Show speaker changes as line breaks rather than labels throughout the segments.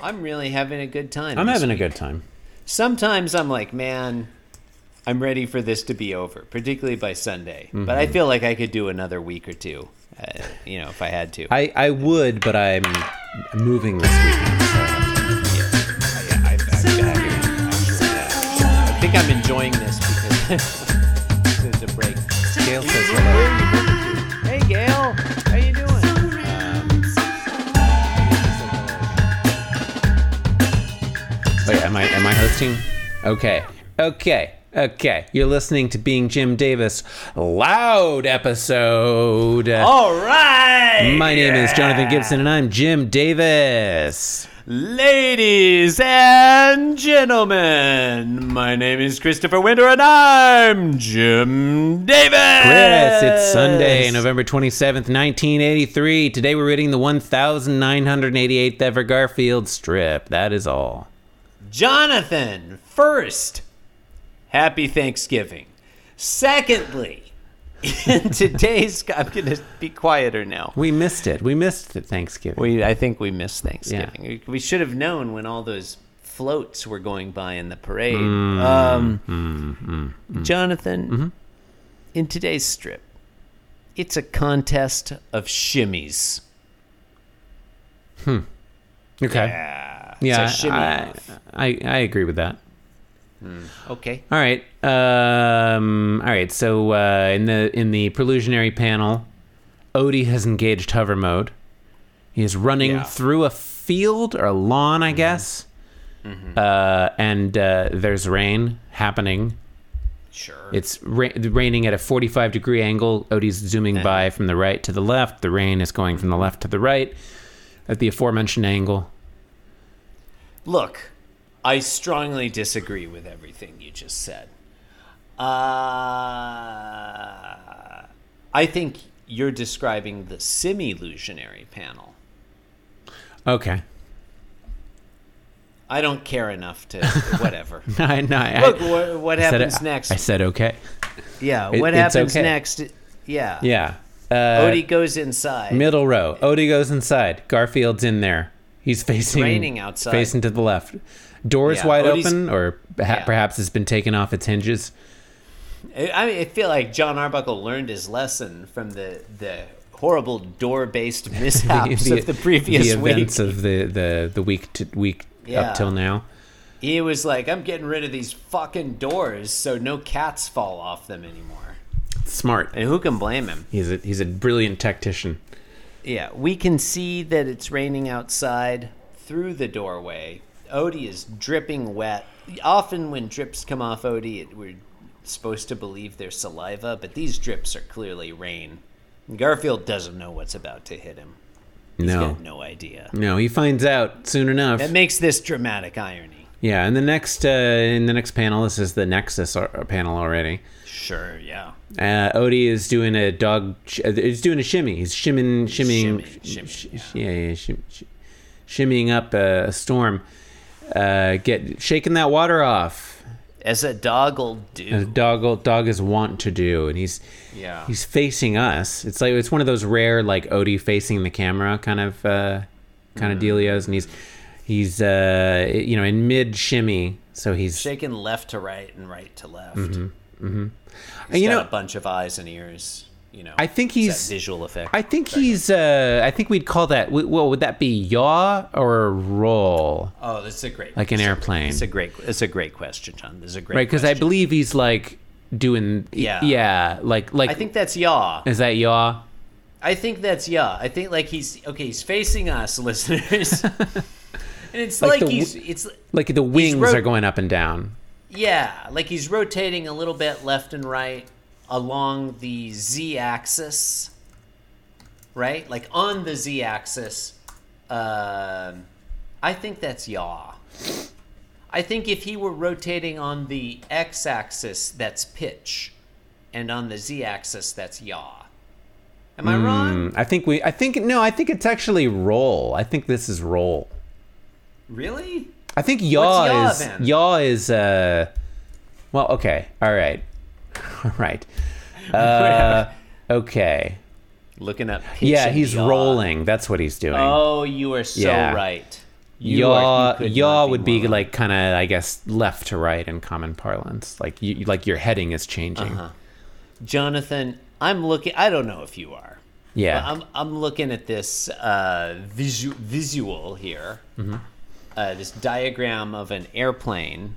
I'm really having a good time.
I'm
this
having a
week.
good time.
Sometimes I'm like, man, I'm ready for this to be over, particularly by Sunday. But
Mm-hmm.
I feel like I could do another week or two, uh, you know, if I had to.
I, I would, but I'm moving this week.
I think I'm enjoying this because there's a break.
Gail says hello.
Hey, Gail, how you doing?
Wait, am I am I hosting? Okay. Okay. Okay. You're listening to Being Jim Davis Loud episode.
All right,
My name is Jonathan Gibson and I'm Jim Davis.
ladies and gentlemen. My name is Christopher Winter, and I'm Jim Davis.
Chris, it's Sunday, November 27th, 1983. Today we're reading the 1988th Ever Garfield strip. That is all.
Jonathan, first, happy Thanksgiving. Secondly, in today's, I'm going to be quieter now.
We missed it. We missed it Thanksgiving.
We, I think we missed Thanksgiving. We, we should have known when all those floats were going by in the parade.
Mm,
um, Jonathan,
Mm-hmm.
in today's strip, it's a contest of shimmies.
okay.
Yeah,
Yeah,
it's a shimmy
I,
off.
I I agree with that.
Okay.
All right, um, all right. So uh, in the in the prelusionary panel, Odie has engaged hover mode. He is running
Yeah. Mm-hmm.
through a field or a lawn, I guess. Uh, and uh, there's rain happening.
Sure.
It's ra- raining at a 45 degree angle. Odie's zooming
Mm-hmm.
by from the right to the left. The rain is going from the left to the right at the aforementioned angle.
Look, I strongly disagree with everything you just said. Uh, I think you're describing the simillusionary panel.
Okay.
I don't care enough to whatever.
I, no, I,
Look, what, what
I said-
happens next?
I said okay.
yeah,
it-
what
it's
happens
okay.
next? Yeah.
Yeah. Uh,
Odie goes inside.
Middle row. Odie goes inside. Garfield's in there. He's facing
raining outside.
Facing to the left. Doors
Yeah,
wide
Odie's-
open, or ha-
yeah.
perhaps it's been taken off its hinges.
I, I mean, I feel like John Arbuckle learned his lesson from the the horrible door based mishaps of the previous
the
week.
events of the the the week to, week
Yeah.
up till now.
He was like, I'm getting rid of these fucking doors so no cats fall off them anymore.
Smart.
And who can blame him?
He's a he's a brilliant tactician.
Yeah, we can see that it's raining outside through the doorway. Odie is dripping wet. Often when drips come off Odie, it, we're supposed to believe they're saliva, but these drips are clearly rain. Garfield doesn't know what's about to hit him. He's
No,
got no idea.
no, he finds out soon enough.
That makes this dramatic irony.
yeah, and the next uh, in the next panel, this is the Nexus ar- panel already.
Sure, yeah.
Uh, Odie is doing a dog. Sh- uh, he's doing a shimmy. He's shimming, shimming,
Shimmying, shimmying,
sh- sh- yeah, yeah, shim, sh- shimmying up a, a storm. Uh, get shaking that water off.
As a dog will
A
do.
dog, dog is wont to do, and he's
Yeah.
he's facing us. It's like it's one of those rare like Odie facing the camera kind of uh, kind of dealios, and he's he's uh, you know in mid shimmy, so he's
shaken left to right and right to left.
and, you
got
know
a bunch of eyes and ears. You know,
I think
it's that
he's-
visual effect.
I think he's. Uh, I think we'd call that. w- Well, would that be yaw or roll,
oh, that's a great,
like an airplane?
It's a great, it's a great question, John. This is a great,
right, because I
question.
believe he's like doing.
Yeah.
Yeah. Like like.
I think that's yaw.
is that yaw?
I think that's yaw. I think like he's okay. He's facing us, listeners, and it's
Like
like,
the
he's
w-
it's
Like the wings
ro-
are going up and down.
yeah, like he's rotating a little bit left and right along the z-axis, right? Like on the z-axis. Um, I think that's yaw. I think if he were rotating on the x axis, that's pitch, and on the z axis, that's yaw. Am I wrong?
I think we. I think no. I think it's actually roll. I think this is roll.
Really?
I think yaw,
yaw
is
then?
yaw is. Uh, well, okay. All right. All right. Uh, okay.
Looking up pitch.
Yeah,
and
he's
yaw.
rolling. That's what he's doing.
Oh, you are so
Yeah.
right. You
yaw,
are- you could not
yaw
be
would be
more
like kind of, I guess, left to right in common parlance. Like you, like your heading is changing.
Uh-huh. Jonathan, I'm looking. I don't know if you are.
Yeah.
But I'm I'm looking at this uh, visu- visual here.
Mm-hmm.
Uh, this diagram of an airplane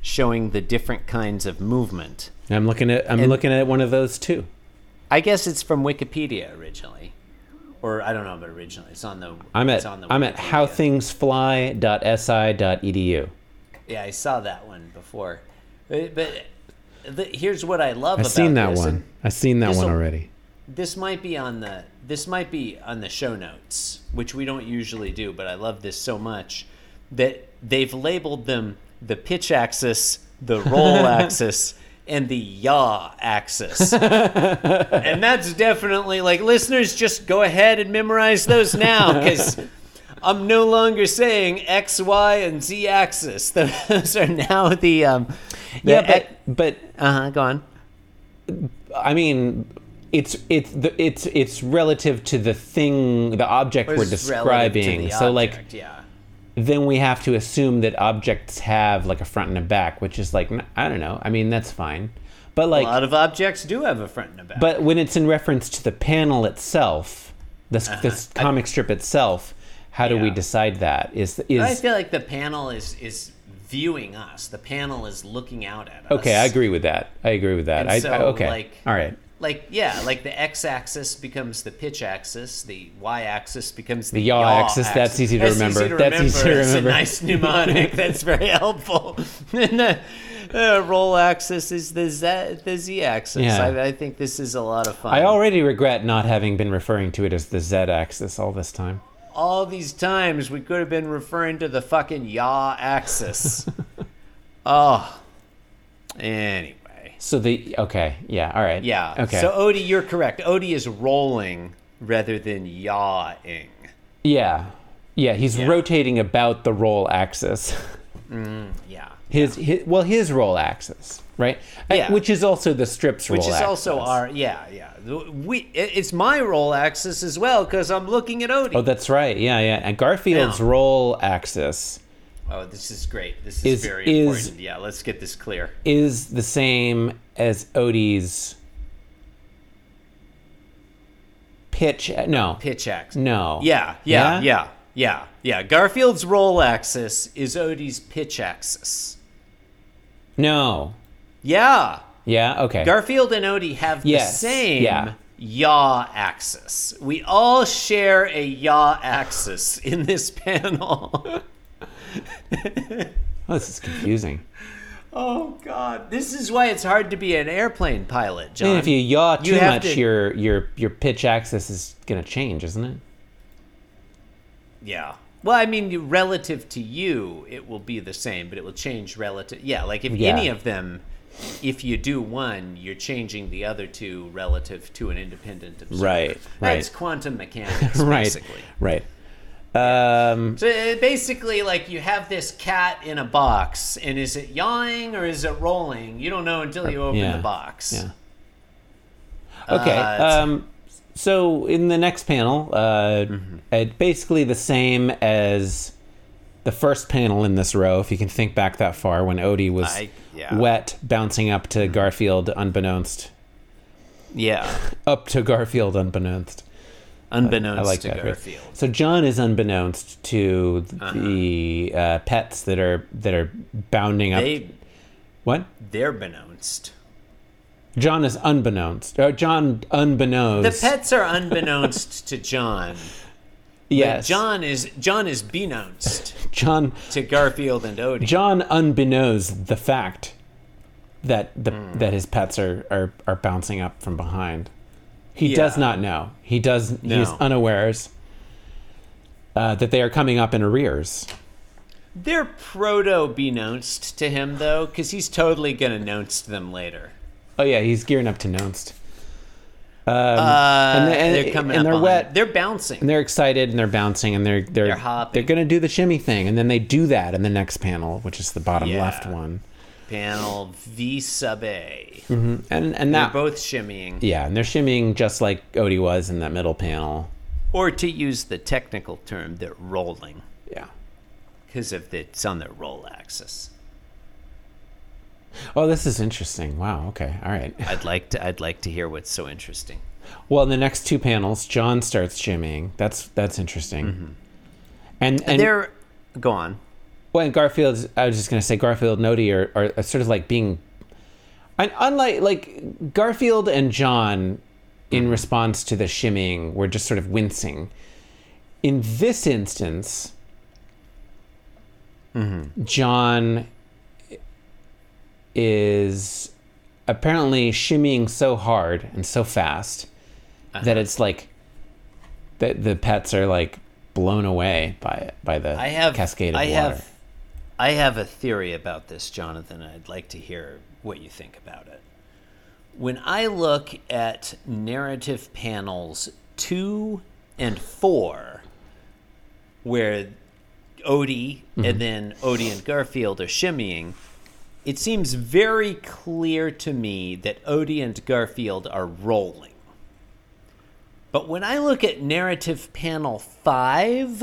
showing the different kinds of movement.
I'm looking at, I'm looking at one of those too.
I guess it's from Wikipedia originally, or I don't know, but originally it's on the.
I'm
it's
at,
on the
I'm at
Wikipedia.
howthingsfly.si.edu.
Yeah, I saw that one before, but, but the, here's what I love.
I've
about
seen that
this,
one.
and
I've seen that one
this'll-
already.
this might be on the this might be on the show notes which we don't usually do but i love this so much that they've labeled them the pitch axis the roll axis and the yaw axis and that's definitely like listeners just go ahead and memorize those now because i'm no longer saying x y and z axis those are now the um the
Yeah, but,
ex-
but
uh-huh go on
I mean, it's it's the, it's it's relative to the thing, the object we're
It's relative to
describing.
the
So like,
object, yeah
then we have to assume that objects have like a front and a back, which is like n- I don't know. I mean, that's fine, but like,
a lot of objects do have a front and a back.
but when it's in reference to the panel itself, this this comic strip itself, how do we
Uh-huh. Yeah.
decide that? Is
I
is
feel like the panel is is viewing us. The panel is looking out at us.
okay? I agree with that. I agree with that.
And
I, I-
so,
okay.
like-
All right.
Like yeah, like the x-axis becomes the pitch axis, the y-axis becomes the,
yaw axis, that's easy to remember. That's easy to
It's a
remember.
nice mnemonic. that's very helpful. and the uh, roll axis is the z the z-axis.
Yeah.
I, I think this is a lot of fun.
I already regret not having been referring to it as the Z axis all this time.
all these times we could have been referring to the fucking yaw axis. oh. Anyway.
So the okay, yeah, all right,
Yeah.
okay,
So Odie, you're correct. Odie is rolling rather than yawing.
yeah, yeah. He's rotating about the roll axis.
Yeah.
His, his well, his roll axis, right? Uh,
Yeah.
Which is also the strip's roll.
Which is
axis.
also our yeah yeah. We it- it's my roll axis as well because I'm looking at Odie.
Oh,
Oh,
that's right. Yeah, yeah. And Garfield's
Yeah.
roll axis
Oh, this is great. This is,
Is-
very
is-
important. Yeah, let's get this clear.
is the same as Odie's pitch. uh, No,
Pitch axis.
no.
Yeah, yeah,
Yeah?
yeah, yeah, yeah. Garfield's roll axis is Odie's pitch axis.
no.
Yeah.
Yeah. Okay.
Garfield and Odie have
Yes,
the same
yeah.
yaw axis. We all share a yaw axis in this panel.
oh, this is confusing.
oh god. This is why it's hard to be an airplane pilot, John.
And if you yaw too
Um, you have
much,
to-
your your your pitch axis is gonna change, isn't it?
yeah. Well, I mean, you- relative to you, it will be the same, but it will change relative. Yeah, like if
Yeah.
any of them, if you do one, you're changing the other two relative to an independent observer.
Right, right.
That's quantum mechanics,
right.
basically.
Right. Um,
So uh, basically, like you have this cat in a box, and is it yawing or is it rolling? You don't know until you open
yeah,
the box.
yeah. okay.
Uh, it's-
um, so in the next panel, uh,
Mm-hmm.
it- basically the same as the first panel in this row, if you can think back that far, when Odie was
I- yeah. Mm-hmm.
wet, bouncing up to Garfield, unbeknownst,
Yeah.
up to Garfield, unbeknownst.
Unbeknownst
I like
to
that. right?
Garfield. Uh-huh.
So John is unbeknownst to th- the uh, pets that are that are bounding up.
They
what?
they're beknownst.
John is unbeknownst. Or John
The
unbeknownst.
pets are unbeknownst to John.
Yes.
John is John is beknownst
John.
to Garfield and Odie.
John unbeknownst the fact that the that his pets are, are are bouncing up from behind. He does
Yeah.
not know. He does. He is
No.
unawares uh, that they are coming up in arrears.
They're proto beknownst to him though, because he's totally gonna nounce them later.
Oh yeah, he's gearing up to nounst.
Uh,
they- and-
they're coming
and
up
they're
on-
wet.
They're bouncing.
and they're excited and they're bouncing and they're they're
They're hopping.
they're gonna do the shimmy thing and then they do that in the next panel which is the bottom
Yeah.
left one
Panel V sub A.
and and that
They're both shimmying.
yeah and they're shimmying just like Odie was in that middle panel
Or to use the technical term, they're rolling.
yeah
because of the, it's on the roll axis.
Oh, this is interesting. Wow. Okay. All right.
I'd like to. I'd like to hear what's so interesting.
Well, in the next two panels, John starts shimmying. That's that's interesting. And and
They're go on.
Well, and Garfield, I was just going to say Garfield and Odie are, are sort of like being, and unlike like Garfield and John, in
Mm-hmm.
response to the shimmying, were just sort of wincing. In this instance,
Mm-hmm.
John is apparently shimmying so hard and so fast
Uh-huh.
that it's like that the pets are like blown away by it by the
I have
cascade of
I
water.
have I have a theory about this, Jonathan. and I'd like to hear what you think about it. When I look at narrative panels 2 and 4 where Odie
Mm-hmm.
and then Odie and Garfield are shimmying, it seems very clear to me that Odie and Garfield are rolling. But when I look at narrative panel 5,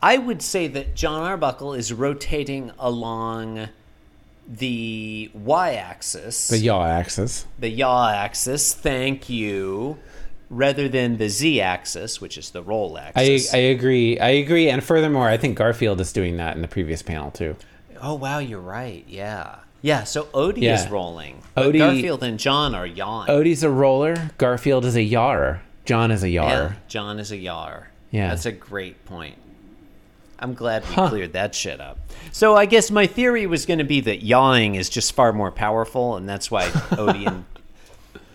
I would say that John Arbuckle is rotating along the y axis,
the yaw axis.
the yaw axis, thank you, rather than the z axis, which is the roll
I,
axis.
I agree. I agree. And furthermore, I think Garfield is doing that in the previous panel too.
oh, wow, you're right. Yeah. Yeah, so Odie
Yeah.
is rolling. But
Odie-
Garfield and John are yawing.
Odie's a roller. Garfield is a yar. John is a
Yeah,
yar.
John is a yar.
Yeah.
That's a great point. I'm glad we cleared that shit up. So I guess my theory was going to be that yawing is just far more powerful, and that's why Odie and,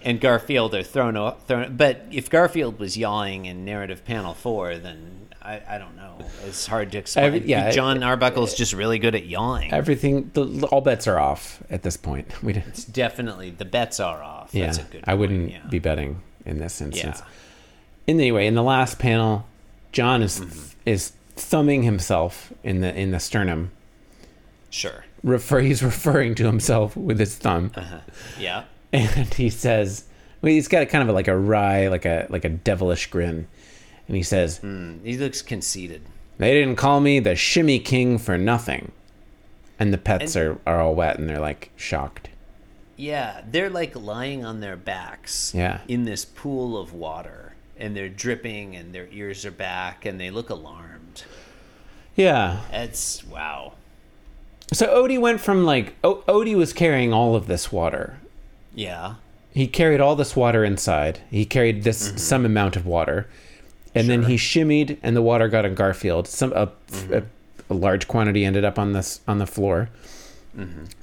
and Garfield are thrown off. Thrown, but if Garfield was yawing in narrative panel four, then I, I don't know. It's hard to explain.
Every- yeah, e-,
John Arbuckle's just really good at yawing.
Everything. The, all bets are off at this point. We don't.
Definitely, the bets are off.
Yeah,
That's a good.
I wouldn't
point, yeah.
be betting in this instance.
Yeah.
And anyway, in the last panel, John is
Mm-hmm.
is thumbing himself in the in the sternum.
sure.
Refer he's referring to himself with his thumb.
Uh-huh. Yeah.
and he says well he's got a kind of like a wry like a like a devilish grin and he says
He looks conceited.
they didn't call me the shimmy king for nothing and the pets are, are all wet and they're like shocked
Yeah, they're like lying on their backs
Yeah.
in this pool of water and they're dripping and their ears are back and they look alarmed.
yeah
That's wow.
so odie went from like o- odie was carrying all of this water
Yeah.
he carried all this water inside he carried this some amount of water and then he shimmied and the water got on garfield some a, a, a large quantity ended up on this on the floor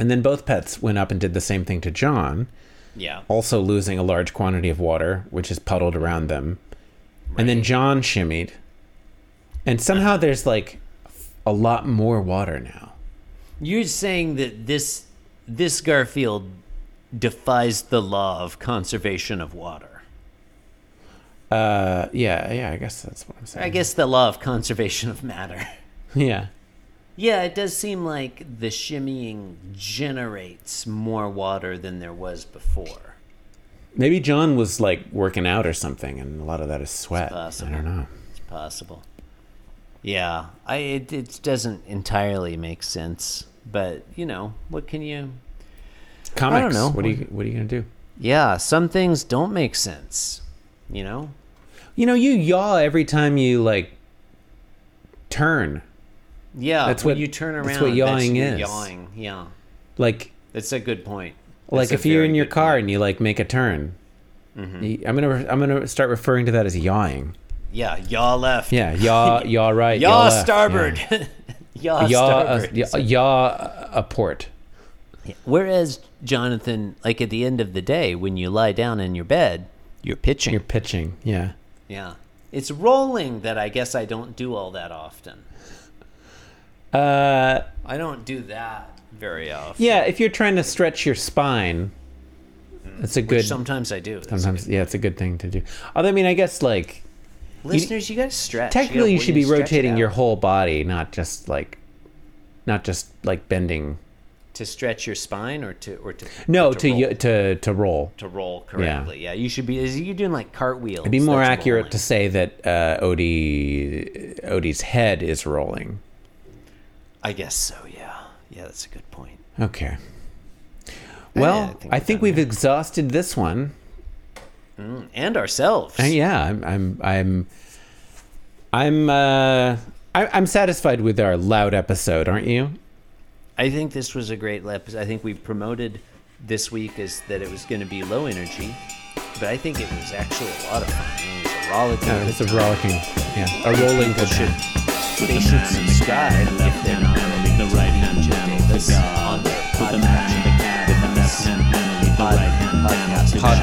and then both pets went up and did the same thing to john
Yeah.
also losing a large quantity of water, which is puddled around them. And then John shimmied. And somehow there's like a lot more water now.
You're saying that this this Garfield defies the law of conservation of water.
Uh, yeah, yeah, I guess that's what I'm saying.
I guess the law of conservation of matter.
Yeah.
Yeah, it does seem like the shimmying generates more water than there was before.
Maybe John was like working out or something, and a lot of that is sweat. I
possible.
don't know.
possible. Yeah, I it, it doesn't entirely make sense, but you know what can you?
Comics.
know.
What are you What are you gonna do?
Yeah, some things don't make sense. You know,
You know, you yaw every time you like turn.
yeah.
That's
when
what-
you turn around.
that's what yawing
you
is.
Yawing, yeah.
Like
That's a good point.
like
That's a
if you're
very
in your
good
car
point. Mm-hmm.
and you like make a turn. you- I'm gonna re- I'm gonna start referring to that as yawing.
yeah, yaw left.
Yeah, yaw, yaw right,
yaw,
left,
starboard.
yeah.
yaw,
yaw, uh,
starboard.
yaw, yaw uh, a port.
Whereas Jonathan, like at the end of the day, when you lie down in your bed, you're pitching.
You're pitching, yeah.
Yeah. It's rolling that I guess I don't do all that often.
Uh,
I don't do that very often.
yeah, if you're trying to stretch your spine, that's a good.
Sometimes I do.
sometimes, yeah, it's a good thing to do. Although, I mean, I guess like
Listeners, you, got to stretch.
technically, you
gotta-
should be
stretch it
rotating
out.
your whole body, not just like, not just like bending.
to stretch your spine or to or to
No,
or
to
roll,
y to to roll.
to roll correctly. Yeah. you should be. Is you doing like cartwheels?
It'd be more accurate to say that uh, Odie Odie's head is rolling
I guess so. Yeah. Yeah, that's a good point.
Okay. Well, I think,
think we're done
we've exhausted this one.
And ourselves.
And yeah, I'm, I'm, I'm, I'm, uh, I, I'm satisfied with our loud episode, aren't you?
I think this was a great episode. I think we promoted this week as that it was going to be low energy, but I think it was actually a lot of fun. It was a rollicking.
Uh, it's a rollicking, yeah, Oh, a rolling
People
good
should
time.
they should subscribe if they're not already.
the right hand channel to
on
God.
their
Put the man in the cat in the left hand panel, the right hand panel to God.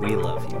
We love you.